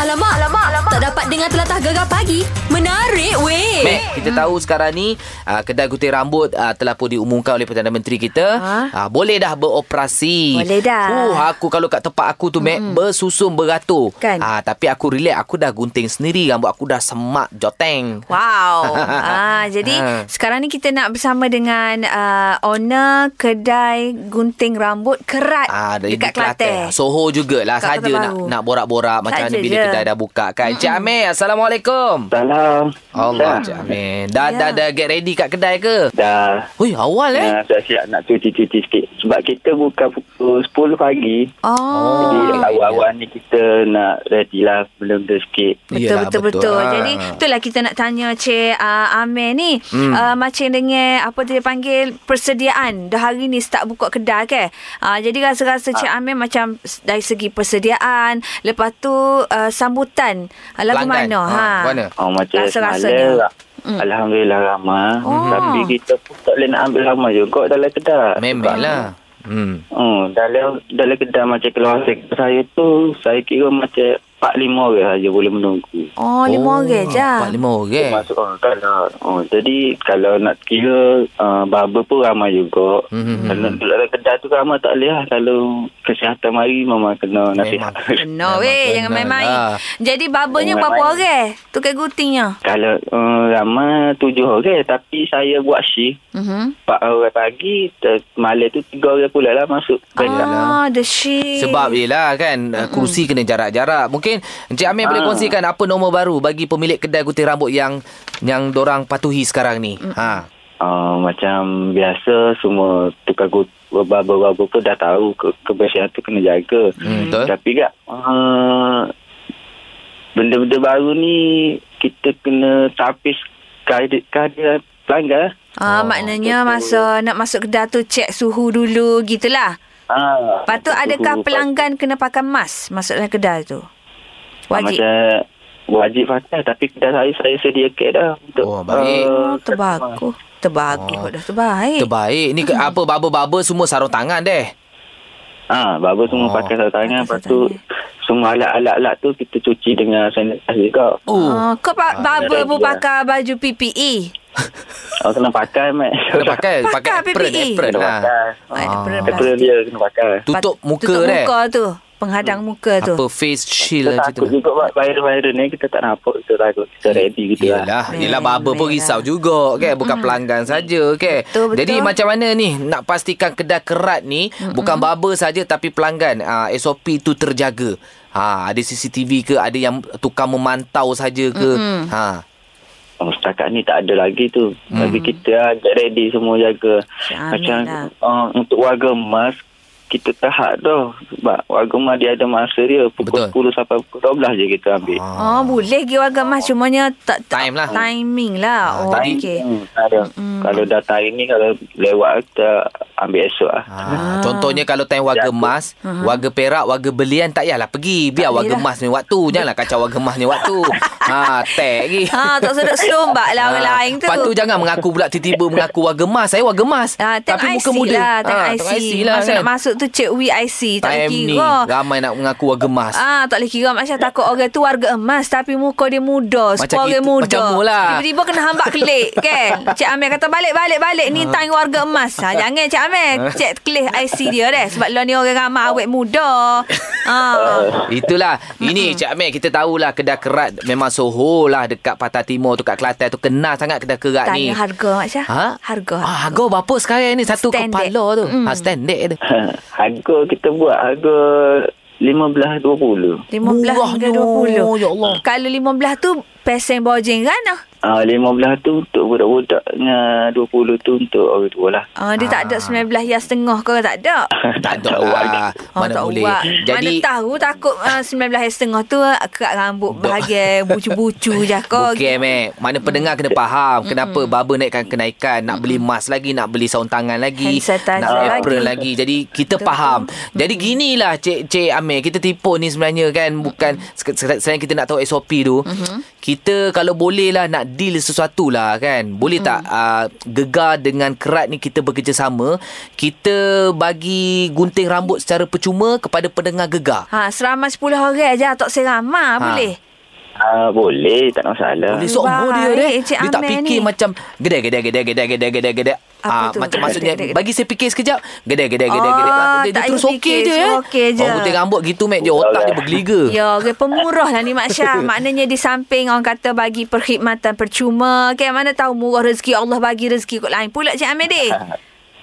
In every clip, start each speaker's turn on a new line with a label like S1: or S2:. S1: Alamak, alamak, alamak. Tak dapat dengar telatah gegar pagi. Menarik, weh.
S2: Mac, kita
S3: Hmm.
S2: tahu sekarang ni uh, kedai gunting rambut uh, telah pun diumumkan oleh Perdana Menteri kita
S3: Ha?
S2: uh, boleh dah beroperasi.
S3: Boleh dah. Hmm.
S2: Uh, aku kalau kat tempat aku tu Mac bersusun beratur.
S3: Kan?
S2: Uh, tapi aku relax, aku dah gunting sendiri rambut aku dah semak joteng.
S3: Wow. ah, jadi
S2: Ha.
S3: sekarang ni kita nak bersama dengan uh, owner kedai gunting rambut kerat
S2: Ah, dari
S3: dekat Kelantan.
S2: Soho jugalah
S3: Dekat
S2: saja
S3: Kelate
S2: nak
S3: Baru.
S2: nak borak-borak macam
S3: Saja
S2: mana bila
S3: je. Hmm,
S2: kedai dah buka kan. Cik Amir, Assalamualaikum.
S4: Salam.
S2: Allah, Cik
S4: Dah.
S2: Amir. Dah,
S3: Ya.
S2: dah, dah get ready kat kedai ke?
S4: Dah.
S2: Hui, awal eh.
S4: Nah, saya siap nak cuci-cuci sikit. Sebab kita buka pukul 10 pagi.
S3: Oh.
S4: Jadi
S2: Oh.
S4: awal-awal ni kita nak ready lah benda-benda sikit.
S3: Betul,
S2: Yelah,
S3: betul,
S2: betul.
S3: betul,
S2: Ah.
S3: Jadi itulah kita nak tanya Cik uh, Amir ni.
S2: Hmm.
S3: Hmm. Uh, macam dengan apa dia panggil persediaan. Dah hari ni start buka kedai ke? Uh, jadi rasa-rasa Cik
S2: Ah.
S3: Amir macam s- dari segi persediaan. Lepas tu uh, sambutan. Uh, lagu
S2: Pelanggan.
S3: mana?
S2: Ha, mana?
S4: Oh, macam
S3: Rasa-rasanya. Hmm.
S4: semalam. Mm. Alhamdulillah ramah.
S3: Oh.
S4: Tapi kita pun tak boleh nak ambil ramah juga dalam kedai. Sebab-
S2: Memanglah. lah. Hmm.
S4: Hmm, dalam dalam kedai macam keluar saya, saya tu, saya kira macam 4-5 orang saja boleh menunggu.
S3: Oh, lima orang je.
S2: Empat lima orang.
S4: Masuk orang kalau oh, Jadi kalau nak kira uh, Barber pun ramai juga
S2: Mhm.
S4: mm-hmm. Kalau duduk dalam kedai tu ramai tak boleh lah Kalau kesihatan mari Memang kena nasihat
S3: No
S2: Memang
S3: weh, jangan
S2: kenal
S3: main-main.
S2: lah.
S3: Jadi barbernya
S4: Jangan
S3: berapa
S4: main.
S3: orang? Tukar guntingnya.
S4: Kalau uh, ramai tujuh orang Tapi saya buat shift
S3: Mhm.
S4: Empat orang pagi ter- Malam tu tiga orang pula lah masuk kedai.
S3: Ah, the shit.
S2: Sebab yelah kan mm Kursi kena jarak-jarak Mungkin Encik Amir boleh
S4: Ah.
S2: kongsikan Apa nombor baru Bagi pemilik kedai gunting rambut Yang yang dorang patuhi sekarang ni ha.
S4: uh, Macam biasa Semua tukar gut Barber-barber pun dah tahu ke- Kebersihan tu kena jaga
S2: Hmm, Betul
S4: Tapi kak uh, Benda-benda baru ni Kita kena tapis Kehadiran kehadiran pelanggan lah.
S3: Ah,
S2: Oh,
S3: maknanya
S4: betul.
S3: masa nak masuk kedai tu cek suhu dulu gitulah.
S4: Ah,
S3: Lepas tu adakah pelanggan kena pakai mask masuk dalam kedai tu? Wajib.
S4: Macam wajib pakai tapi kedai saya saya sediakan dah untuk
S2: Oh, baik.
S4: ah,
S3: Oh, terbagus. Terbagus
S2: Oh.
S3: oh. dah terbaik.
S2: Terbaik Ni ke, apa baba-baba Semua sarung tangan deh
S4: ah baba
S2: Oh.
S4: semua pakai sarung tangan
S3: Pakai
S4: lepas
S3: sarung
S4: tu semua alat-alat lah tu kita cuci dengan sanitizer juga.
S2: Oh
S3: Oh, kau pa- barber
S4: Ah, ada
S3: pun
S4: dia.
S3: pakai baju E. PPE.
S4: Oh, kena pakai mat.
S2: Kena pakai Pakai
S3: Pakai E.
S2: apron
S3: PPE.
S2: Apron
S4: kena
S2: ha.
S4: pakai.
S3: Ah, apron
S4: Kena
S3: plastik.
S4: dia kena pakai.
S2: Tutup
S3: Pat-
S2: muka
S3: Tutup
S2: deh
S3: muka tu. Penghadang muka tu.
S2: Apa face shield
S4: Kita
S2: lah
S4: takut
S2: cerita
S4: juga buat viral-viral ni kita tak nampak kita takut kita ready gitu lah.
S2: Yelah, yelah baba
S3: Hmm,
S2: pun
S3: Yelah. Hmm.
S2: risau juga kan bukan pelanggan saja kan.
S3: Betul, Hmm. betul.
S2: Jadi macam mana ni nak pastikan kedai kerat ni bukan baba saja tapi pelanggan uh, SOP tu terjaga. Ha ada CCTV ke ada yang tukang memantau saja ke.
S3: Hmm.
S2: Ha
S4: Oh, setakat ni tak ada lagi tu. Hmm. Tapi kita lah get ready semua jaga.
S3: Amin
S4: Macam
S3: lah.
S4: uh, untuk warga emas, kita tahap dah. Sebab warga emas dia ada masa dia. Pukul
S2: Betul.
S4: Betul. 10 sampai pukul 12 je kita ambil. Ah,
S3: Oh, boleh pergi warga emas. Cumanya tak, tak
S2: Time lah.
S3: timing lah. Oh,
S2: time.
S3: okey.
S4: Hmm, ada. Hmm. Kalau datang hari ni, kalau lewat kita ambil esok
S3: Ah.
S4: lah.
S2: Ha, Contohnya kalau time warga emas, warga perak, warga belian tak payahlah pergi.
S3: Hmm. Tak
S2: Biar warga
S3: boleh lah.
S2: emas ni waktu. Janganlah kacau warga emas ni waktu. ha, tek lagi.
S3: Ha, tak sedut selombak lah
S2: Ah,
S3: orang lain tu.
S2: Lepas tu jangan mengaku pula tiba-tiba mengaku warga emas. Saya warga emas.
S3: Ah, tengok
S2: tapi
S3: IC
S2: muka muda.
S3: lah, tengok
S2: Ah,
S3: IC.
S2: tengok IC lah
S3: Masa
S2: kan. lah.
S3: nak masuk tu cek WIC. Tak Oh, boleh
S2: Time ni
S3: kira.
S2: ramai nak mengaku warga emas.
S3: Ah, tak boleh kira macam takut orang tu warga emas tapi muka dia muda,
S2: Macam
S3: skor dia
S2: kita-
S3: muda.
S2: macam mu lah.
S3: Tiba-tiba kena hambak kelik kan. Cik Amir kata balik balik balik
S2: Ah.
S3: ni tang warga emas. Ha, jangan Cik Amir cek kelih IC dia deh sebab lo ni orang ramai awet muda. Ah.
S2: Itulah Ini Cik Amir Kita tahulah Kedai kerat Memang Soho lah Dekat Patah Timur tu Kat Kelantan tu Kenal sangat kedai kerat
S3: Tanya
S2: ni
S3: harga Mak Syah.
S2: Ha?
S3: Harga.
S2: ah, Harga berapa sekarang ni Satu
S3: Standard.
S2: kepala tu mm.
S3: Mm.
S2: ha, Standard tu
S4: harga kita buat harga
S3: 15
S4: 15-20.
S3: hingga
S2: Murahnya,
S3: 20.
S2: ya Allah.
S3: Kalau 15 tu pesen bojeng kan? ah?
S4: Ah, 15 tu untuk budak-budak dengan 20 tu untuk orang tua lah.
S3: Ah, dia tak ada 19 yang setengah ke tak ada.
S2: Tak ada
S4: tahu lagi.
S2: lah
S3: Oh,
S2: Mana
S3: tak
S2: boleh
S3: ubat.
S2: Jadi
S3: Mana tahu takut uh, 19 hari setengah tu ah, kerat rambut
S2: Dok.
S3: bahagian bucu-bucu je kau.
S2: Bukan, Mac. Mana pendengar kena faham kenapa baba naikkan kenaikan, nak beli mask lagi, nak beli sarung tangan lagi,
S3: Hand sanitizer
S2: nak beli apron
S3: lagi.
S2: lagi. Jadi kita faham. Jadi ginilah
S3: Mm-hmm.
S2: Cik Cik Amir, kita tipu ni sebenarnya kan bukan sek- sek- selain kita nak tahu SOP tu, Kita kalau boleh lah nak deal sesuatu lah kan. Boleh tak
S3: Mm.
S2: uh, gegar dengan kerat ni kita bekerjasama. Kita bagi gunting rambut secara percuma kepada pendengar gegar.
S3: Ha, seramai 10 orang je Tok Serama ha. boleh.
S4: Ah, boleh, tak ada masalah.
S2: Boleh sombong dia
S3: Ah, Baik,
S2: dia.
S3: Encik
S2: Dia tak
S3: Amel
S2: fikir
S3: ni.
S2: macam gedai gedai gedai gedai gedai gedai gedai.
S3: Apa
S2: Ah
S3: tu?
S2: macam
S3: Gedai,
S2: maksudnya
S3: gedai, gedai.
S2: bagi saya fikir sekejap. Gedai gedai gedai
S3: Oh,
S2: gedai. Ah, Dia, dia
S3: tak payah
S2: terus okey
S3: fikir,
S2: je. eh.
S3: semua okey je.
S2: Orang putih rambut gitu mek dia otak dia
S4: Betul lah.
S2: bergeliga.
S3: Ya, orang pemurah lah ni Mak Syah.
S2: Uh.
S3: Maknanya di samping orang kata bagi perkhidmatan percuma. Kan mana tahu murah rezeki Allah bagi rezeki kot lain pula Cik Amir deh.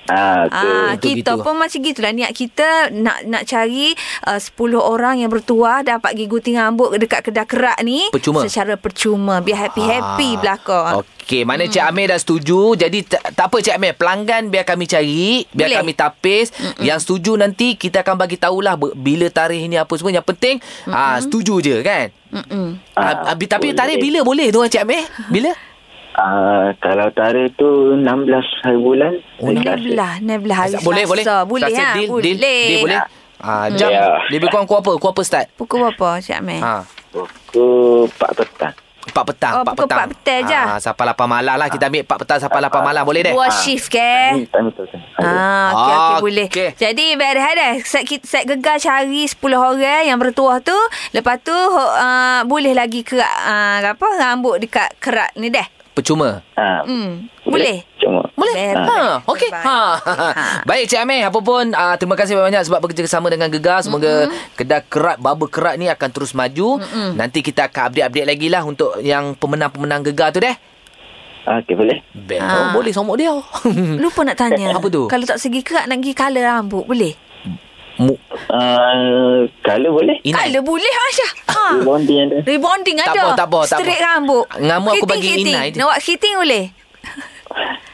S4: Ah, betul.
S3: Ah,
S2: Betul,
S3: kita
S2: gitu.
S3: pun macam gitulah niat kita nak nak cari uh, 10 orang yang bertuah dapat pergi gunting rambut dekat kedai kerak ni
S2: Percuma.
S3: secara percuma biar happy-happy
S2: Ah,
S3: belaka. Hmm.
S2: Okey, mana Cik Amir dah setuju. Jadi tak, tak apa Cik Amir, pelanggan biar kami cari, biar
S3: Boleh.
S2: kami tapis. Mm-mm. Yang setuju nanti kita akan bagi tahulah be- bila tarikh ni apa semua. Yang penting ah setuju je kan.
S3: Mm-mm.
S2: Ah,
S4: Ah,
S2: ah, bi- tapi
S4: boleh.
S2: tarikh bila boleh tu Cik Amir? Bila?
S4: Ah, kalau tarikh tu 16 hari bulan.
S2: Oh,
S4: hari Selasa.
S3: Nebelah, nebelah hari
S2: boleh, boleh.
S3: Selasa. lah. Boleh,
S2: Selasa
S3: ha?
S2: deal,
S3: boleh. Hmm.
S2: Deal, deal, boleh. Ah, jam
S4: Ya.
S2: lebih kurang pukul apa? Pukul apa start?
S3: Pukul berapa Cik Amir?
S2: Ha.
S4: Pukul 4 petang.
S2: 4 petang,
S3: Oh,
S2: 4
S3: pukul
S2: petang.
S3: empat petang je. Ha.
S2: Ah, sampai 8 malam lah kita ambil 4 petang sampai 8 malam boleh deh.
S3: Dua
S4: Ah.
S3: shift ke?
S4: Ni time tu. Ah.
S3: Eh. Ah, okey,
S2: Ah,
S3: okey, boleh.
S2: okey.
S3: Jadi, baik dah, dah. Set, kit- set gegar cari 10 orang yang bertuah tu. Lepas tu, ho- uh, boleh lagi kerak, uh, apa, rambut dekat kerak ni dah.
S2: Percuma.
S4: Ah,
S3: Hmm, boleh?
S4: Cuma.
S2: Boleh.
S3: Baik,
S2: Ha,
S3: baik,
S2: okey.
S3: baik.
S2: Ha.
S3: Ha.
S2: Baik Cik Amir, apa pun ah, terima kasih banyak-banyak sebab bekerja sama dengan Gegar. Semoga mm-hmm. kedai kerat baba kerat ni akan terus maju. Mm-hmm. Nanti kita akan update-update lagi lah untuk yang pemenang-pemenang Gegar tu deh.
S4: Ah, Okey, boleh.
S2: Bel,
S3: Ah.
S2: boleh somok dia.
S3: Lupa nak tanya.
S2: Hmm. Apa tu?
S3: Kalau tak segi kerak, nak pergi colour rambut, boleh?
S2: Mu-
S4: Ah, kalau boleh.
S2: Inai.
S3: Colour boleh, Masya. Ha.
S4: Bondi ada.
S3: Rebonding
S2: Tak
S3: ada.
S2: apa, tak apa, tak
S3: Straight
S2: apa.
S3: rambut.
S2: Ngamu aku
S3: Kiting,
S2: bagi
S3: kiting.
S2: Inai je.
S3: Nak buat kiting boleh?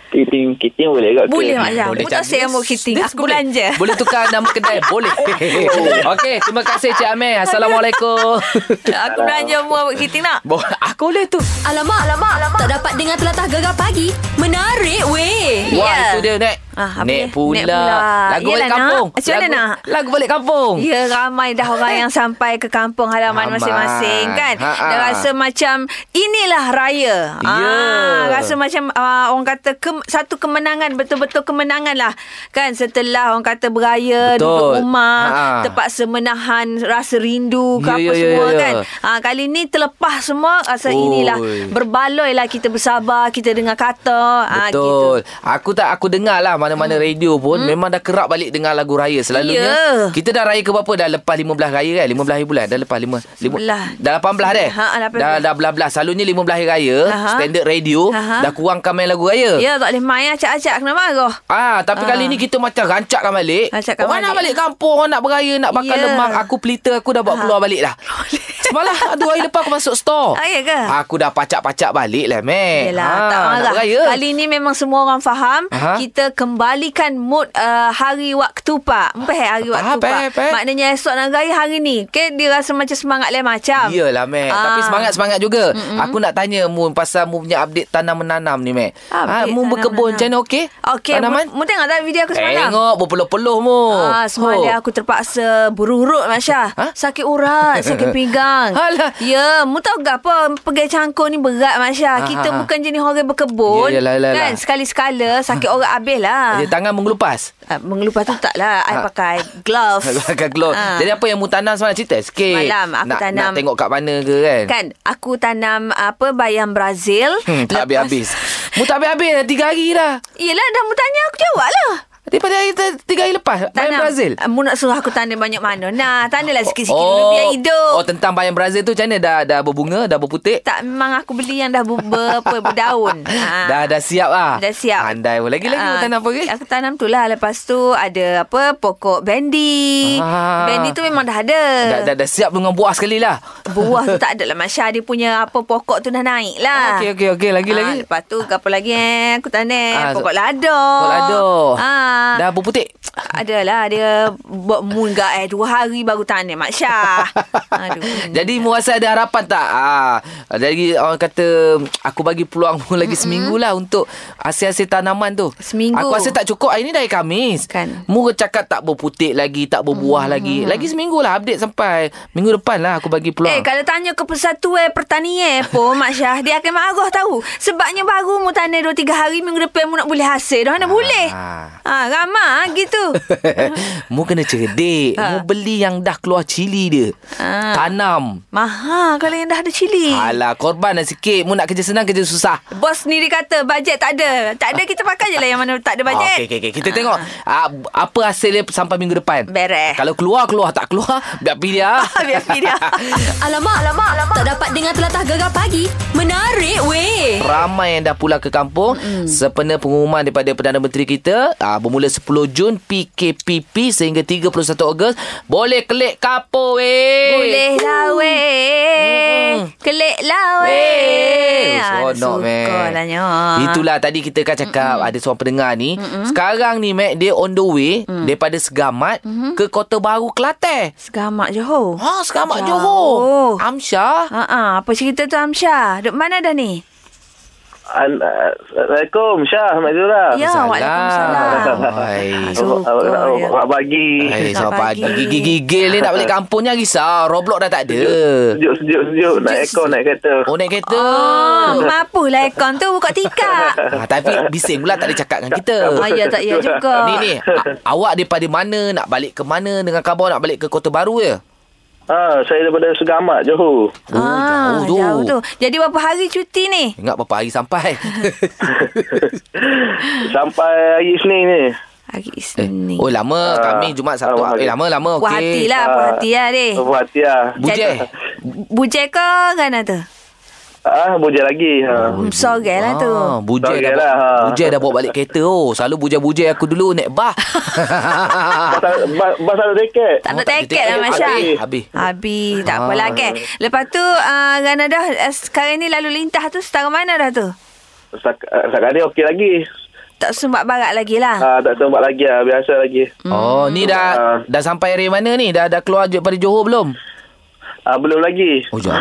S4: Kiting, kiting boleh kot. ke?
S3: Boleh, Mak Syah.
S2: Boleh
S3: Aku tak
S2: cakap.
S3: saya rambut kiting.
S2: Yes,
S3: Aku
S2: boleh.
S3: belanja.
S2: Boleh tukar nama kedai. Boleh. Okey, terima kasih Cik Amir. Assalamualaikum.
S3: Aku belanja semua rambut kiting nak.
S2: Bo- aku boleh tu.
S1: Alamak, alamak, alamak. Tak dapat dengar telatah gegar pagi. Menarik weh.
S3: Ya.
S2: Wah, yeah. itu dia, Nek.
S3: Ah, apa dia?
S2: Nek pula.
S3: Nek pula.
S2: Lagu
S3: Yelah,
S2: balik
S3: nak.
S2: kampung.
S3: Macam mana
S2: lagu,
S3: nak?
S2: Lagu balik kampung.
S3: Ya ramai dah orang yang sampai ke kampung halaman
S2: Oh. Ramai.
S3: masing-masing kan.
S2: Ha, ha.
S3: Dia rasa macam inilah raya.
S2: Ya.
S3: Ah, rasa macam uh, orang kata ke, satu kemenangan betul-betul kemenangan lah kan setelah orang kata beraya
S2: Betul.
S3: duduk rumah
S2: Ha, ha.
S3: terpaksa menahan rasa rindu ke
S2: Ya,
S3: apa
S2: ya, ya,
S3: semua
S2: ya, ya.
S3: kan. Ah kali ni terlepas semua rasa
S2: Oi.
S3: inilah berbaloi lah kita bersabar kita dengar kata ah gitu.
S2: Betul. Aku tak aku dengar lah mana-mana hmm. radio pun hmm. memang dah kerap balik dengar lagu raya selalunya.
S3: Ya.
S2: Kita dah raya ke berapa dah lepas 15 raya kan? 15 hari bulan dah lepas 5
S3: Sebelah.
S2: dah 18 dah.
S3: Ha, 18.
S2: Dah dah belah-belah. Selalunya 15 hari raya
S3: Aha.
S2: standard radio
S3: Aha.
S2: dah kurangkan main lagu raya.
S3: Ya tak boleh main acak-acak kena marah.
S2: Ah, tapi
S3: Ah.
S2: kali ni kita macam rancakkan balik.
S3: Rancakkan
S2: orang nak
S3: balik.
S2: balik kampung, orang nak beraya, nak bakar
S3: Ya.
S2: yeah. lemak. Aku pelita aku dah
S3: Ha.
S2: buat keluar balik dah. Semalam dua hari lepas aku masuk store.
S3: Ah, ya ke?
S2: Aku dah pacak-pacak balik lah, Mac.
S3: Yelah,
S2: Ah,
S3: tak
S2: Nak
S3: marah.
S2: beraya.
S3: Kali ni memang semua orang faham.
S2: Aha.
S3: Kita kembalikan mood uh, hari waktu pak. Mpeh hari
S2: Apa,
S3: waktu
S2: apa,
S3: pak.
S2: apa?
S3: Maknanya esok nak raya hari ni. Okay, dia rasa macam semangat lain macam.
S2: Iyalah Mac
S3: Ah.
S2: Tapi semangat-semangat juga mm-hmm. Aku nak tanya Mun Pasal Mun punya update Tanam-menanam ni Mac ha,
S3: Update
S2: Mun
S3: tanam-menanam.
S2: berkebun macam mana okey?
S3: Okey,
S2: Tanaman
S3: mu, mu tengok tak video aku semalam?
S2: Tengok berpeluh-peluh Mun
S3: Ah, semalam
S2: Oh.
S3: aku terpaksa berurut Masya.
S2: Ha?
S3: Sakit urat, sakit pinggang.
S2: Alah.
S3: Ya, mu tahu ke apa pegai cangkul ni berat Masya.
S2: Ah,
S3: Kita
S2: ah, ah.
S3: bukan jenis orang berkebun.
S2: Ya, yalah, yalah,
S3: kan,
S2: yalah.
S3: sekali-sekala
S2: Ah.
S3: sakit urat habis lah.
S2: Dia tangan mengelupas
S3: Ah, mengelupas tu taklah. lah I
S2: Ah.
S3: pakai gloves.
S2: Agak glow
S3: Ah.
S2: Jadi apa yang Mun tanam semalam Cerita sikit
S3: Semalam aku
S2: nak,
S3: tanam-
S2: Nak tengok kat mana ke kan
S3: Kan aku tanam apa bayam Brazil.
S2: Hmm,
S3: Lepas-
S2: tak habis-habis Mu tak habis-habis dah Tiga hari dah
S3: Yelah dah mu tanya aku jawab lah.
S2: Daripada hari te- tiga hari lepas Bayang Brazil
S3: Ah, Mu nak suruh aku tanam banyak mana. Nah, tanamlah sikit-sikit oh. dulu
S2: Oh,
S3: biar hidup.
S2: oh tentang bayang Brazil tu macam mana dah dah berbunga dah berputik
S3: tak memang aku beli yang dah ber, ber, apa, berdaun. Ah.
S2: Dah dah siap lah
S3: Dah siap.
S2: Andai pun lagi-lagi
S3: Ah,
S2: uh, tanam apa ke
S3: Aku tanam tu lah. Lepas tu ada apa pokok bendi.
S2: Ah.
S3: Bendi tu memang dah ada.
S2: Dah, dah, dah siap dengan buah sekali lah
S3: Buah tu tak ada lah Masya Dia punya apa pokok tu dah naik lah
S2: Okey, okey, okey. Lagi,
S3: Ah,
S2: lagi.
S3: Lepas tu apa lagi eh Aku tanam
S2: Ah,
S3: Pokok lado
S2: Pokok lado
S3: ah,
S2: Dah berputik
S3: Adalah dia buat munggah eh dua hari baru tanam Mak Syah. Aduh.
S2: Jadi Muasa ada harapan tak ah, Ah, Jadi orang kata aku bagi peluang mu lagi mm-hmm. seminggu lah untuk hasil-hasil tanaman tu.
S3: Seminggu.
S2: Aku rasa tak cukup hari ni dah hari Khamis.
S3: Kan.
S2: Mu cakap tak berputik lagi, tak berbuah mm-hmm. lagi. Lagi seminggu lah update sampai minggu depan lah aku bagi peluang.
S3: Eh, kalau tanya ke Persatuan Pertanian eh, pun, Mak Syah, dia akan marah tahu. Sebabnya baru mu tanam 2-3 hari, minggu depan mu nak boleh hasil. Dah
S2: Ah.
S3: mana boleh. Ha, ramah gitu.
S2: mu kena cerdik.
S3: Ha.
S2: Mu beli yang dah keluar cili dia.
S3: Ah.
S2: Tanam.
S3: Mahal kalau yang dah ada cili.
S2: Alah, korban lah sikit. Mu nak kerja senang, kerja susah.
S3: Bos sendiri kata bajet tak ada. Tak ada kita pakai je lah yang mana tak ada bajet.
S2: Ah, Okey, okey, okey. Kita tengok ah, apa hasil dia sampai minggu depan.
S3: Beres.
S2: Kalau keluar, keluar. Tak keluar, biar ah. pergi dia.
S3: Biar pergi dia.
S1: Alamak, alamak, alamak. Tak dapat dengar telatah gegar pagi. Menarik weh.
S2: Ramai yang dah pulang ke kampung mm. Sepena pengumuman daripada Perdana Menteri kita aa, Bermula 10 Jun PKPP sehingga 31 Ogos Boleh kelik kapur weh
S3: Boleh lah weh.
S2: Hmm.
S3: Kelik lah weh. Ah,
S2: Weh, seronok, Mac.
S3: lah nyo.
S2: Itulah tadi kita kan cakap Mm-mm. ada seorang pendengar ni. Mm-mm. Sekarang ni, Mac, dia on the way mm. daripada Segamat mm-hmm. ke Kota Baru, Kelantan.
S3: Segamak Johor.
S2: Ha, Segamat
S3: Jauh.
S2: Johor. Amsyah.
S3: Ha ah, apa cerita tu Amsyah? Duk mana dah ni?
S4: Al- Assalamualaikum Syah Mak Zura.
S3: Ya, waalaikumsalam.
S2: Hai.
S3: Syukur, ya.
S4: Selamat pagi.
S2: Hai,
S3: Selamat
S2: selamat pagi.
S3: pagi.
S2: Gigil ni nak balik kampungnya risau. Roblox dah tak ada.
S4: Sejuk sejuk sejuk naik aircon naik kereta.
S2: Oh, naik kereta.
S3: Oh, mapulah aircon tu buka tikar.
S2: Ah, tapi bising pula tak ada cakap dengan kita.
S3: Ah, ya tak ya juga.
S2: Ni ni, a- awak daripada mana nak balik ke mana dengan khabar nak balik ke Kota Baru ya?
S4: Ha, saya daripada Segamat Johor.
S2: Oh,
S3: Ah,
S2: jauh tu.
S3: jauh tu. Jadi berapa hari cuti ni?
S2: Ingat berapa hari sampai?
S4: Sampai hari Isnin ni.
S3: Hari Isnin.
S2: eh, oh lama
S4: Ah,
S2: kami Jumaat Sabtu.
S4: lama hari.
S2: Eh lama lama okey.
S3: Puas hati lah,
S4: Ah,
S3: puas hati lah deh.
S4: Buat hati lah.
S2: Bujai.
S3: Bujai ke kan tu?
S4: Ah, boleh lagi. Ha.
S2: Oh,
S3: Hmm, Sorang lah tu.
S2: Ah, bujai dah,
S4: Sorry
S2: lah.
S4: lah, ha.
S2: bujai dah bawa balik kereta oh. Selalu bujai-bujai aku dulu naik bah.
S4: Bas, bas, bas ada tiket.
S3: Tak
S2: Oh,
S3: nak
S2: tak ada
S3: tiket lah
S2: tiket.
S3: Masya.
S2: Habis, habis.
S3: Habis. Tak
S2: Ah.
S3: apalah kan. Lepas tu uh, Rana dah uh, sekarang ni lalu lintas tu setara mana dah tu?
S4: Setak- Setakat ni ah, okey lagi.
S3: Tak sumbat barat lagi lah.
S4: Ha, tak sempat lagi lah. Biasa lagi.
S2: Oh, ni dah
S4: Ah.
S2: dah sampai area mana ni? Dah dah keluar daripada Johor belum?
S4: Ha, belum lagi.
S2: Oh, jauh.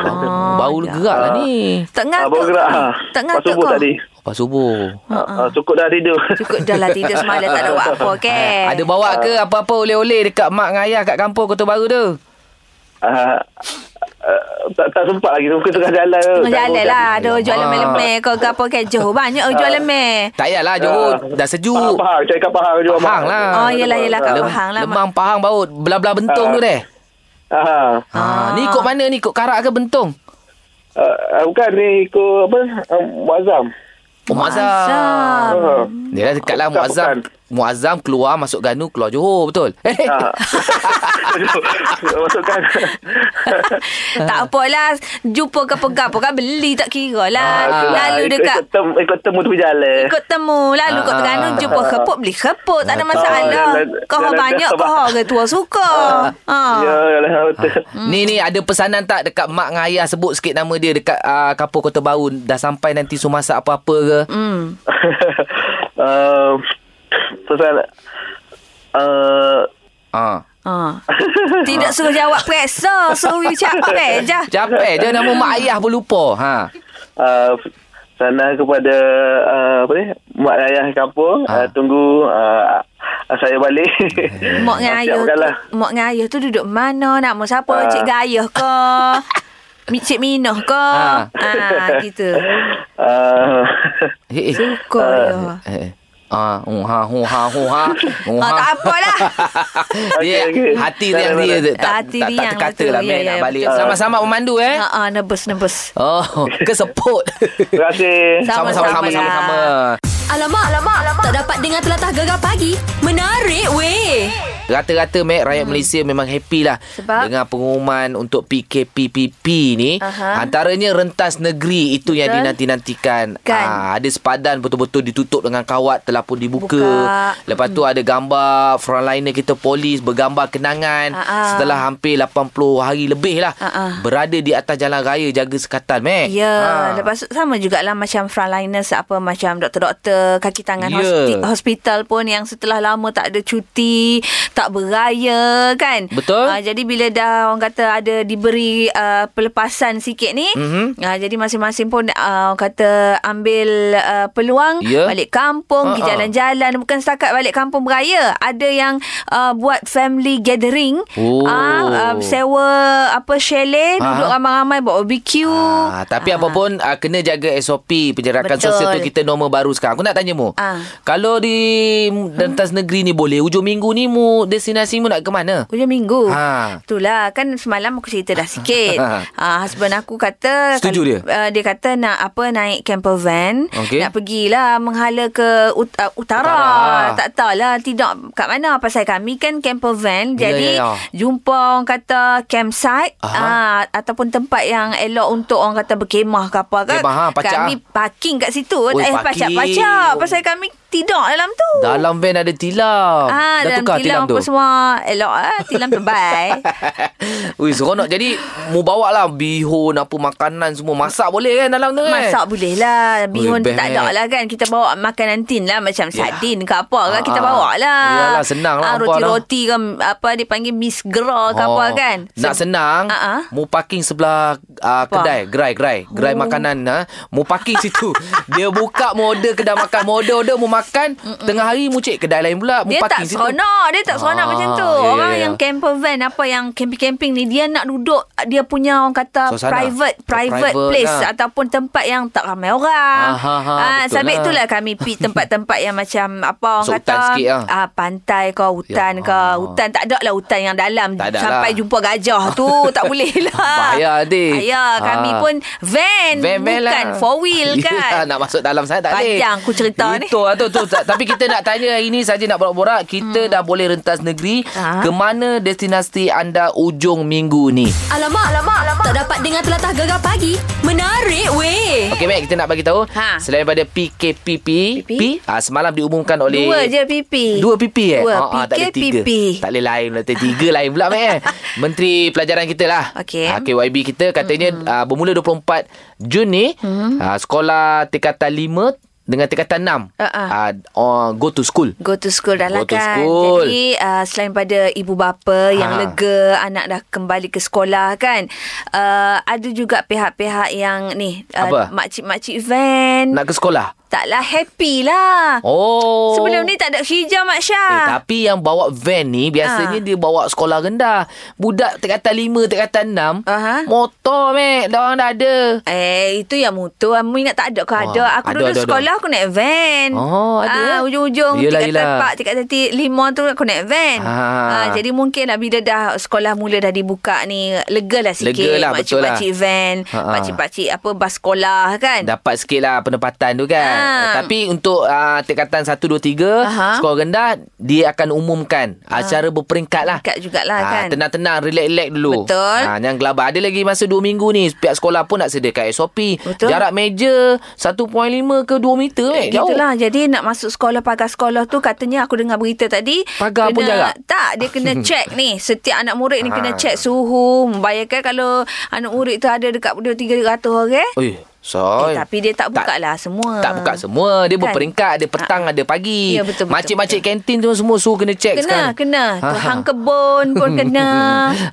S2: Baru
S3: jauh.
S2: gerak lah ni.
S3: Tak
S4: Ha,
S3: ngantuk.
S4: baru gerak. Ha.
S3: Tak
S4: Pas
S3: ngantuk Hmm.
S4: subuh
S3: kau. Ah,
S4: tadi.
S2: Lepas subuh.
S4: Ha, ha, cukup dah tidur.
S3: Cukup dah lah tidur semalam tak ada buat apa kan? ke.
S2: Eh. Ada bawa ke apa-apa oleh-oleh dekat mak dengan ayah kat kampung Kota Baru tu?
S4: Ah, ah, tak, tak sempat lagi. Muka tengah jalan.
S3: Tengah jalan lah. Ada
S2: Ah.
S3: jual lemeh-lemeh ke ke apa ke. Johor banyak jual lemeh.
S2: Tak payahlah Johor
S4: Ah.
S2: dah sejuk.
S4: Pahang, Pahang. Saya kat Pahang. jual
S2: Pahang lah.
S3: Oh, yelah, yelah, kat
S4: Ah.
S3: Pahang. lah, Mak.
S2: Lemang Pahang baut belah-belah bentung
S4: Ah.
S2: tu deh.
S4: Ah.
S2: Ha, ni ikut mana ni? Ikut karak ke bentung?
S4: Ah, ah, bukan ni ikut apa? Ah, Muazzam.
S2: Oh, Muazzam.
S3: Muazzam.
S4: Ah.
S2: Dia dah dekat lah
S4: Bukan,
S2: Muazzam.
S4: bukan.
S2: Muazzam keluar masuk Ganu keluar Johor betul. Eh,
S4: Ah. Masukkan.
S3: tak apalah. Jumpa ke pegang pun kan beli tak kira
S4: Ah,
S3: lah.
S4: itulah.
S3: Lalu
S4: Ikut-
S3: dekat
S4: Ikut temu, ikut temu tu berjalan.
S3: Ikut temu Lalu kat
S2: Ah.
S3: Terengganu Jumpa khepuk Beli khepuk Tak ada
S4: Ah,
S3: masalah
S4: jalan-
S3: Kau
S4: jalan-
S3: banyak
S4: jalan-
S3: Kau ke tua suka ha.
S4: Ya, lah. betul.
S2: Hmm. Ni ni ada pesanan tak dekat mak dengan ayah sebut sikit nama dia dekat uh, kapur Kota Baru dah sampai nanti suruh masak apa-apa ke?
S3: Hmm.
S4: Ah, Pesan. Ah,
S2: Ha.
S3: Ha. Tidak suruh jawab periksa Suruh you capek je
S2: Capek je nama mak ayah pun lupa. Ha.
S4: uh, sana kepada uh, apa ni mak ayah kampung
S2: Ah.
S4: uh, tunggu uh, saya balik lah.
S3: Mak dengan ayah tu,
S4: Siapkanlah.
S3: Mak dengan ayah tu duduk mana Nak mau siapa
S4: Ah.
S3: Cik Gayah ke Mi- Cik Minah ke
S2: Ah.
S3: ha. Gitu
S4: uh,
S2: Eh, eh.
S3: Suka dia
S2: Eh, eh. Ah, hu ha hu ha hu ha. Hu
S3: Ah, tak apalah.
S2: dia
S4: Okey, okey.
S2: hati dia
S4: Mana,
S2: dia
S4: mana?
S2: tak
S3: Hati
S2: tak, tak
S3: riang
S2: terkata
S3: betul.
S2: lah
S3: Ya,
S2: yeah,
S3: ya,
S2: nak balik.
S3: betul.
S2: Sama-sama memandu eh.
S3: Ha, ha, Nebus Nebus
S2: Oh, keseput.
S4: terima kasih
S2: Sama-sama
S3: Sama-sama, ya.
S2: sama-sama.
S1: Alamak, alamak, alamak. Tak dapat dengar telatah gegar pagi. Menarik weh.
S2: Rata-rata Mac rakyat hmm. Malaysia memang happy lah
S3: Sebab?
S2: dengan pengumuman untuk PKPPP ni.
S3: Aha.
S2: Antaranya rentas negeri itu yang
S3: Betul.
S2: dinanti-nantikan.
S3: Kan.
S2: Ah, ada sepadan betul-betul ditutup dengan kawat telah pun dibuka.
S3: Buka.
S2: Lepas tu
S3: Hmm.
S2: ada gambar frontliner kita polis bergambar kenangan
S3: Ah-ah.
S2: setelah hampir 80 hari lebih lah
S3: Ah-ah.
S2: berada di atas jalan raya jaga sekatan
S3: Ah,
S2: Mac.
S3: Ya,
S2: Ah.
S3: lepas tu sama jugalah macam frontliners apa macam doktor-doktor doktor kaki tangan
S2: Ya.
S3: yeah. hospital, hospital pun yang setelah lama tak ada cuti, tak beraya kan.
S2: Betul.
S3: Ah, jadi bila dah orang kata ada diberi uh, pelepasan sikit ni,
S2: Mhm.
S3: mm-hmm. ah, jadi masing-masing pun uh, orang kata ambil uh, peluang
S2: Ya.
S3: balik kampung, pergi
S2: Ha-ha.
S3: jalan-jalan bukan setakat balik kampung beraya, ada yang uh, buat family gathering,
S2: Oh.
S3: ah, uh, sewa apa chalet,
S2: Ha-ha.
S3: duduk ramai-ramai buat barbecue.
S2: Ah, tapi apa pun ah, kena jaga SOP penjarakan
S3: Betul.
S2: sosial tu kita norma baru sekarang. Aku nak tanya mu.
S3: Ah.
S2: Kalau di rentas negeri ni boleh hujung minggu ni mu destinasi mu nak ke mana?
S3: Hujung minggu.
S2: Ha.
S3: Itulah kan semalam aku cerita dah sikit. ha, husband aku kata
S2: Setuju dia?
S3: Uh, dia kata nak apa naik camper van,
S2: Okey.
S3: nak pergilah menghala ke ut- uh, utara.
S2: Utara. ha.
S3: Tak tahulah tidak kat mana pasal kami kan camper van.
S2: Ya,
S3: jadi
S2: ya, ya.
S3: jumpa orang kata campsite
S2: Aha.
S3: ah, ataupun tempat yang elok untuk orang kata berkemah ke apa kan.
S2: Kemah, ha, pacak,
S3: kami parking kat situ.
S2: Oi,
S3: eh
S2: parking.
S3: pacak-pacak pasal kami tidur dalam tu.
S2: Dalam van ada tilam.
S3: Ah,
S2: Dah
S3: dalam
S2: tukar tilam,
S3: tilam
S2: tu.
S3: apa semua elok ah, tilam terbaik.
S2: Ui, seronok. Jadi, mu bawa lah bihun, apa, makanan semua. Masak boleh kan dalam tu kan?
S3: Masak boleh lah Bihun
S2: Ui,
S3: tu tak
S2: best.
S3: ada lah kan Kita bawa makanan tin lah Macam
S2: Ya.
S3: sardin ke apa
S2: Ah,
S3: kan Kita
S2: ah.
S3: bawa lah
S2: Yalah, senang lah,
S3: Ah,
S2: apa
S3: Roti-roti ke Apa dia panggil Miss Gera ke apa kan
S2: Oh. Nak
S3: Se-
S2: senang
S3: Ah, ah.
S2: Mu parking sebelah uh, Kedai Gerai gerai Gerai oh. makanan ha? Mu parking situ Dia buka Mu order kedai makan Mu order order Mu makan Mm-mm. Tengah hari mu cek kedai lain pula Mu
S3: dia tak
S2: parking situ
S3: seronok Dia tak seronok
S2: Ah,
S3: macam tu
S2: ya, ya,
S3: Orang
S2: ya.
S3: yang camper van Apa yang camping-camping ni Dia nak duduk Dia punya orang kata
S2: Suasana.
S3: Private Private
S2: Private
S3: place
S2: lah.
S3: Ataupun tempat yang Tak ramai orang
S2: Ah, ha, ha,
S3: Ah,
S2: betul
S3: Sambil
S2: lah.
S3: itulah kami pergi tempat-tempat Yang macam Apa orang
S2: Masuk
S3: kata
S2: hutan sikit lah.
S3: ah, Pantai ke hutan
S2: Ya,
S3: ke
S2: ah.
S3: Hutan tak ada lah hutan yang dalam
S2: Tak ada
S3: Sampai
S2: lah.
S3: jumpa gajah tu Tak boleh lah
S2: Bahaya, adik.
S3: Ya kami
S2: Ah.
S3: pun Van,
S2: Van, van
S3: Bukan
S2: lah.
S3: four wheel kan
S2: Yelah, Nak masuk dalam sana tak boleh
S3: Panjang aku cerita ni.
S2: Itu lah tu, tu. Ta- Tapi kita nak tanya hari ni saja nak borak-borak Kita hmm. dah boleh rentas negeri
S3: Ah.
S2: Ke mana destinasi anda ujung minggu ni
S1: Alamak, alamak, alamak. Tak dapat dengar telatah gegar pagi. Menarik weh.
S2: Okey Mac, kita nak bagi tahu
S3: Ha.
S2: ha. selain daripada PKPP,
S3: PP?
S2: P, ha, semalam diumumkan oleh
S3: Dua je pipi
S2: Dua pipi eh?
S3: Dua
S2: Ah, ah, tak ada tiga.
S3: PKPP.
S2: Tak boleh lain pula. Tiga lain pula Mac eh. Menteri Pelajaran kita lah.
S3: Okey. Hmm.
S2: Ah, KYB kita katanya mm-hmm. uh, bermula 24 Jun ni, mm-hmm. uh, sekolah tingkatan 5 dengan tingkatan 6
S3: Ah, ah.
S2: uh, uh, go to school.
S3: Go to school dah lah
S2: Go to
S3: kan
S2: school.
S3: Jadi uh, selain pada ibu bapa yang
S2: Ha.
S3: lega Anak dah kembali ke sekolah kan uh, Ada juga pihak-pihak yang ni uh,
S2: Apa?
S3: Makcik-makcik van
S2: Nak ke sekolah?
S3: Taklah happy lah
S2: Oh.
S3: Sebelum ni tak ada hijau Mak
S2: Eh,
S3: Syah
S2: tapi yang bawa van ni
S3: Ah.
S2: biasanya dia bawa sekolah rendah. Budak tingkatan 5, tingkatan 6,
S3: Aha.
S2: motor mek, dah orang dah ada.
S3: Eh, itu yang motor. Mu ingat tak ada ke? Ada.
S2: Ah,
S3: aku
S2: ada,
S3: dulu
S2: ada, ada.
S3: sekolah aku naik van.
S2: Oh, ada, eh?
S3: Ah, ujung-ujung yelah,
S2: Yelah,
S3: tingkat
S2: yelah.
S3: tapak, tingkat tati, lima tu aku naik van.
S2: Ah.
S3: Ah, jadi mungkin lah bila dah sekolah mula dah dibuka ni, lega lah sikit.
S2: Lega lah, betul lah.
S3: Makcik-makcik van,
S2: Ah, ah.
S3: makcik-makcik apa, bas sekolah kan.
S2: Dapat sikit lah pendapatan tu kan.
S3: Ah.
S2: Tapi untuk uh, tingkatan 1, 2, 3,
S3: Aha.
S2: sekolah rendah, dia akan umumkan uh, secara berperingkat lah.
S3: Dekat jugalah
S2: Ah,
S3: kan.
S2: Tenang-tenang, relax-relax dulu.
S3: Betul.
S2: Ah, jangan gelabah. Ada lagi masa 2 minggu ni, pihak sekolah pun nak sediakan SOP.
S3: Betul.
S2: Jarak meja 1.5 ke 2 meter. Eh, jauh.
S3: Gitulah Jadi nak masuk sekolah Pagar sekolah tu Katanya aku dengar berita tadi kena,
S2: Pagar pun jarak?
S3: Tak Dia kena check ni Setiap anak murid ni
S2: Ah.
S3: Kena check suhu Membayangkan kalau Anak murid tu ada Dekat 2-300 orang Eh,
S2: Oi, soy.
S3: tapi dia tak buka tak, lah semua.
S2: Tak buka semua Dia kan?
S3: Kan?
S2: berperingkat Ada petang Ada pagi
S3: Ya, betul, betul,
S2: Makcik-makcik kantin tu Semua suruh kena check
S3: Kena,
S2: sekarang
S3: kena.
S2: Ha,
S3: Hang
S2: ha.
S3: kebun pun kena.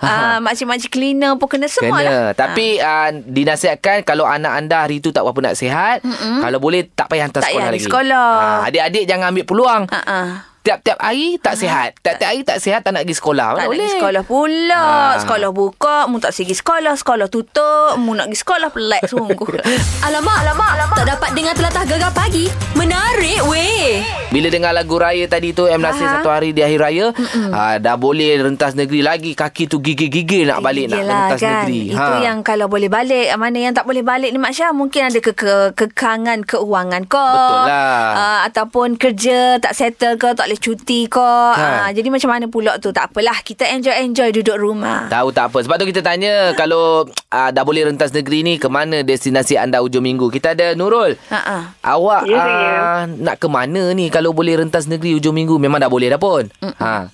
S3: ah, makcik-makcik cleaner pun kena semua
S2: Kena
S3: lah.
S2: Tapi uh, Dinasihatkan Kalau anak anda hari tu Tak berapa nak sihat Mm-mm. Kalau boleh Tak payah hantar
S3: Tak
S2: sekolah
S3: payah
S2: lagi
S3: pergi sekolah.
S2: Ah, Adik-adik jangan ambil peluang
S3: Ah, ah.
S2: Tiap-tiap hari Tak sihat Tiap-tiap hari tak sihat Tak nak pergi
S3: Tak
S2: sekolah Mana
S3: nak
S2: boleh
S3: pergi sekolah pula.
S2: Ah.
S3: Sekolah buka, mu tak pergi sekolah. Sekolah tutup, mu nak pergi sekolah pelik sungguh.
S1: Alamak, alamak, alamak. Tak dapat dengar telatah gegar pagi. Menarik weh.
S2: Bila dengar lagu raya tadi tu M. Nasir
S3: Aha.
S2: satu hari di hari raya uh, Dah boleh rentas negeri lagi Kaki tu gigil-gigil
S3: Eh,
S2: nak balik
S3: Yelah,
S2: Nak rentas negeri
S3: lah, kan?
S2: Ha.
S3: Itu yang kalau boleh balik Mana yang tak boleh balik ni Mak Syah Mungkin ada ke ke kekangan keuangan kau
S2: Betul lah.
S3: uh, Ataupun kerja tak settle ke Tak boleh cuti ke
S2: Kan.
S3: uh, Jadi macam mana pula tu Tak apalah Kita enjoy-enjoy duduk rumah
S2: Tahu tak apa. Sebab tu kita tanya kalau uh, dah boleh rentas negeri ni ke mana destinasi anda hujung minggu. Kita ada Nurul.
S3: Ha-ha.
S2: Awak
S4: Ya,
S2: ah,
S4: saya.
S2: nak ke mana ni kalau boleh rentas negeri hujung minggu? Memang dah boleh dah pun. Ha.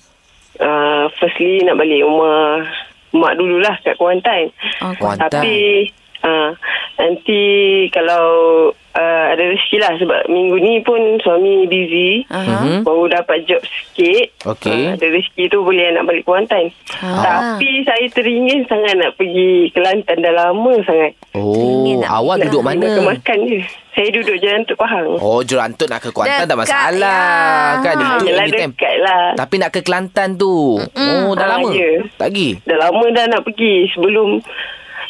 S4: Uh, firstly nak balik rumah mak dululah kat Kuantan.
S3: Oh,
S4: ah,
S2: Kuantan.
S4: Tapi uh, nanti kalau uh, ada rezeki lah sebab minggu ni pun suami busy.
S2: Hmm.
S3: Aha.
S4: Uh-huh. Baru dapat job sikit.
S2: Okey.
S4: Ah, ada rezeki tu boleh nak balik Kuantan.
S3: Ah.
S4: Tapi saya teringin sangat nak pergi Kelantan dah lama sangat.
S2: Oh,
S3: nak
S2: awak
S4: Nak lah.
S2: duduk
S4: nak
S2: mana?
S4: kemakan je. Saya duduk Jalan Tok Pahang.
S2: Oh, Jerantut nak ke Kuantan tak
S3: Dekat,
S2: masalah.
S3: ya.
S2: Kan
S4: Ah,
S2: itu
S4: yelah,
S2: anytime.
S4: dekat lah.
S2: Tapi nak ke Kelantan tu. Oh, dah
S4: Ah,
S2: lama.
S4: ya.
S2: Tak pergi.
S4: Dah lama dah nak pergi sebelum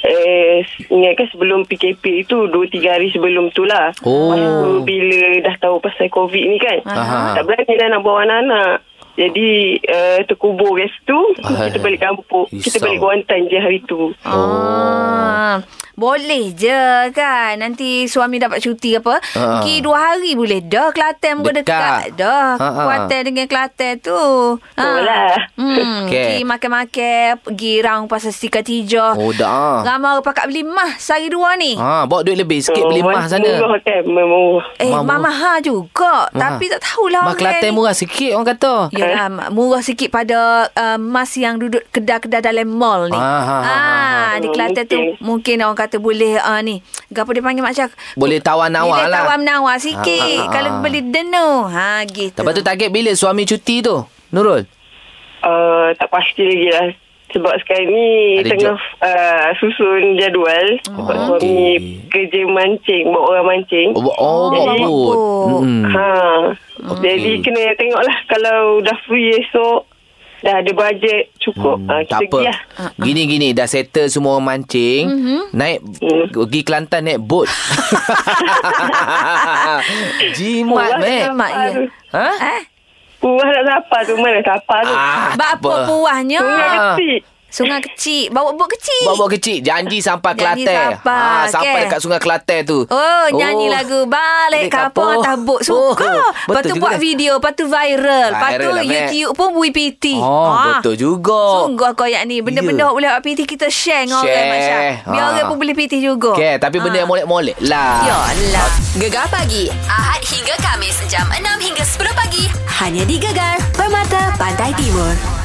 S4: eh ingatkan sebelum PKP itu 2 3 hari sebelum tu lah.
S2: Oh.
S4: Lepas tu bila dah tahu pasal COVID ni kan.
S2: Aha.
S4: Tak berani dah nak bawa anak-anak. Jadi uh, terkubur kat situ
S2: Ah.
S4: kita balik kampung. Kita
S2: Risau.
S4: balik Kuantan je hari tu.
S3: Ah, boleh je kan Nanti suami dapat cuti ke apa
S2: Ah.
S3: Pergi dua hari boleh Dah Kelantan muka
S2: Dekat.
S3: dekat, Dah
S2: Ah, ah.
S3: Kuantan dengan Kelantan tu ha.
S4: Betul lah.
S3: hmm,
S2: Okey.
S3: Pergi makan-makan Pergi raung pasar Sika
S4: Ah,
S3: Tiga
S2: Oh, dah.
S3: Ramai orang pakat beli mah Sehari dua ni
S2: Ha, bawa duit lebih sikit beli mah sana.
S4: Eh, Murah kan, murah.
S3: Eh,
S2: Mah
S3: Mama,
S2: murah.
S3: ha juga. Tapi tak tahulah
S2: Mah Kelantan murah sikit orang kata.
S4: Ya.
S3: Yalah, mak, Ya, um, murah sikit pada uh, mas yang duduk kedai-kedai dalam mall ni.
S2: Ah, ah, ah, ah.
S3: ah, di Kelantan tu
S4: Mungkin.
S3: mungkin orang kata boleh uh, ni. Gapo dia panggil Mak Syah?
S2: Boleh tawar-nawar
S3: Boleh
S2: lah.
S3: tawar menawar sikit.
S2: Ah, ah, ah,
S3: Kalau
S2: ah.
S3: beli denu. Ha, gitu.
S2: Lepas tu target bila suami cuti tu? Nurul?
S4: Uh, tak pasti lagi lah. Sebab sekarang ni
S2: Ada
S4: Ada tengah uh, susun jadual. Sebab
S2: Oh,
S4: suami
S2: okey.
S4: kerja mancing, bawa orang mancing.
S2: Oh, bu- oh
S4: Jadi-
S2: bawa boat. Mm-mm.
S4: Ha.
S2: Hmm. Okey.
S4: Jadi kena tengoklah kalau dah free esok dah ada bajet cukup hmm, ha, kita
S2: tak apa.
S4: pergi lah.
S2: Ah. Gini-gini dah settle semua orang mancing,
S3: Mhm.
S2: naik pergi Kelantan naik bot. Jimat meh.
S3: Mak, ya.
S2: Ha?
S3: Eh?
S4: Puas nak sapa tu mana sapa tu.
S2: Ah,
S3: Bak apa puahnya?
S4: Sungai
S2: Ah.
S4: kecil.
S3: Sungai kecil. Bawa bot kecil.
S2: Bawa kecil janji sampai
S3: Janji
S2: Kelantan.
S3: sampai,
S2: ha, sampai
S3: okey.
S2: dekat Sungai Kelantan tu.
S3: Oh, nyanyi lagu Balik Kapung atas bot suka.
S2: Oh,
S3: Oh, lepas
S2: betul
S3: tu
S2: juga
S3: buat
S2: kan?
S3: video, lepas tu viral. Lepas
S2: Viral
S3: tu
S2: lah, Mat.
S3: YouTube pun Ah. WPT.
S2: Oh, betul juga.
S3: Sungguh koyak ni. Benda-benda
S2: Oh. Ya.
S3: awak boleh buat PT kita share dengan orang
S2: Share.
S3: Mak Syah. Biar
S2: Ha.
S3: orang pun boleh PT juga. Ha.
S2: Okey, tapi benda
S3: Ah.
S2: yang molek-molek lah.
S5: Yolah. Ya Gegar pagi. Ahad hingga Kamis. Jam 6 hingga 10 pagi. Hanya di Gegar. Permata Pantai Timur.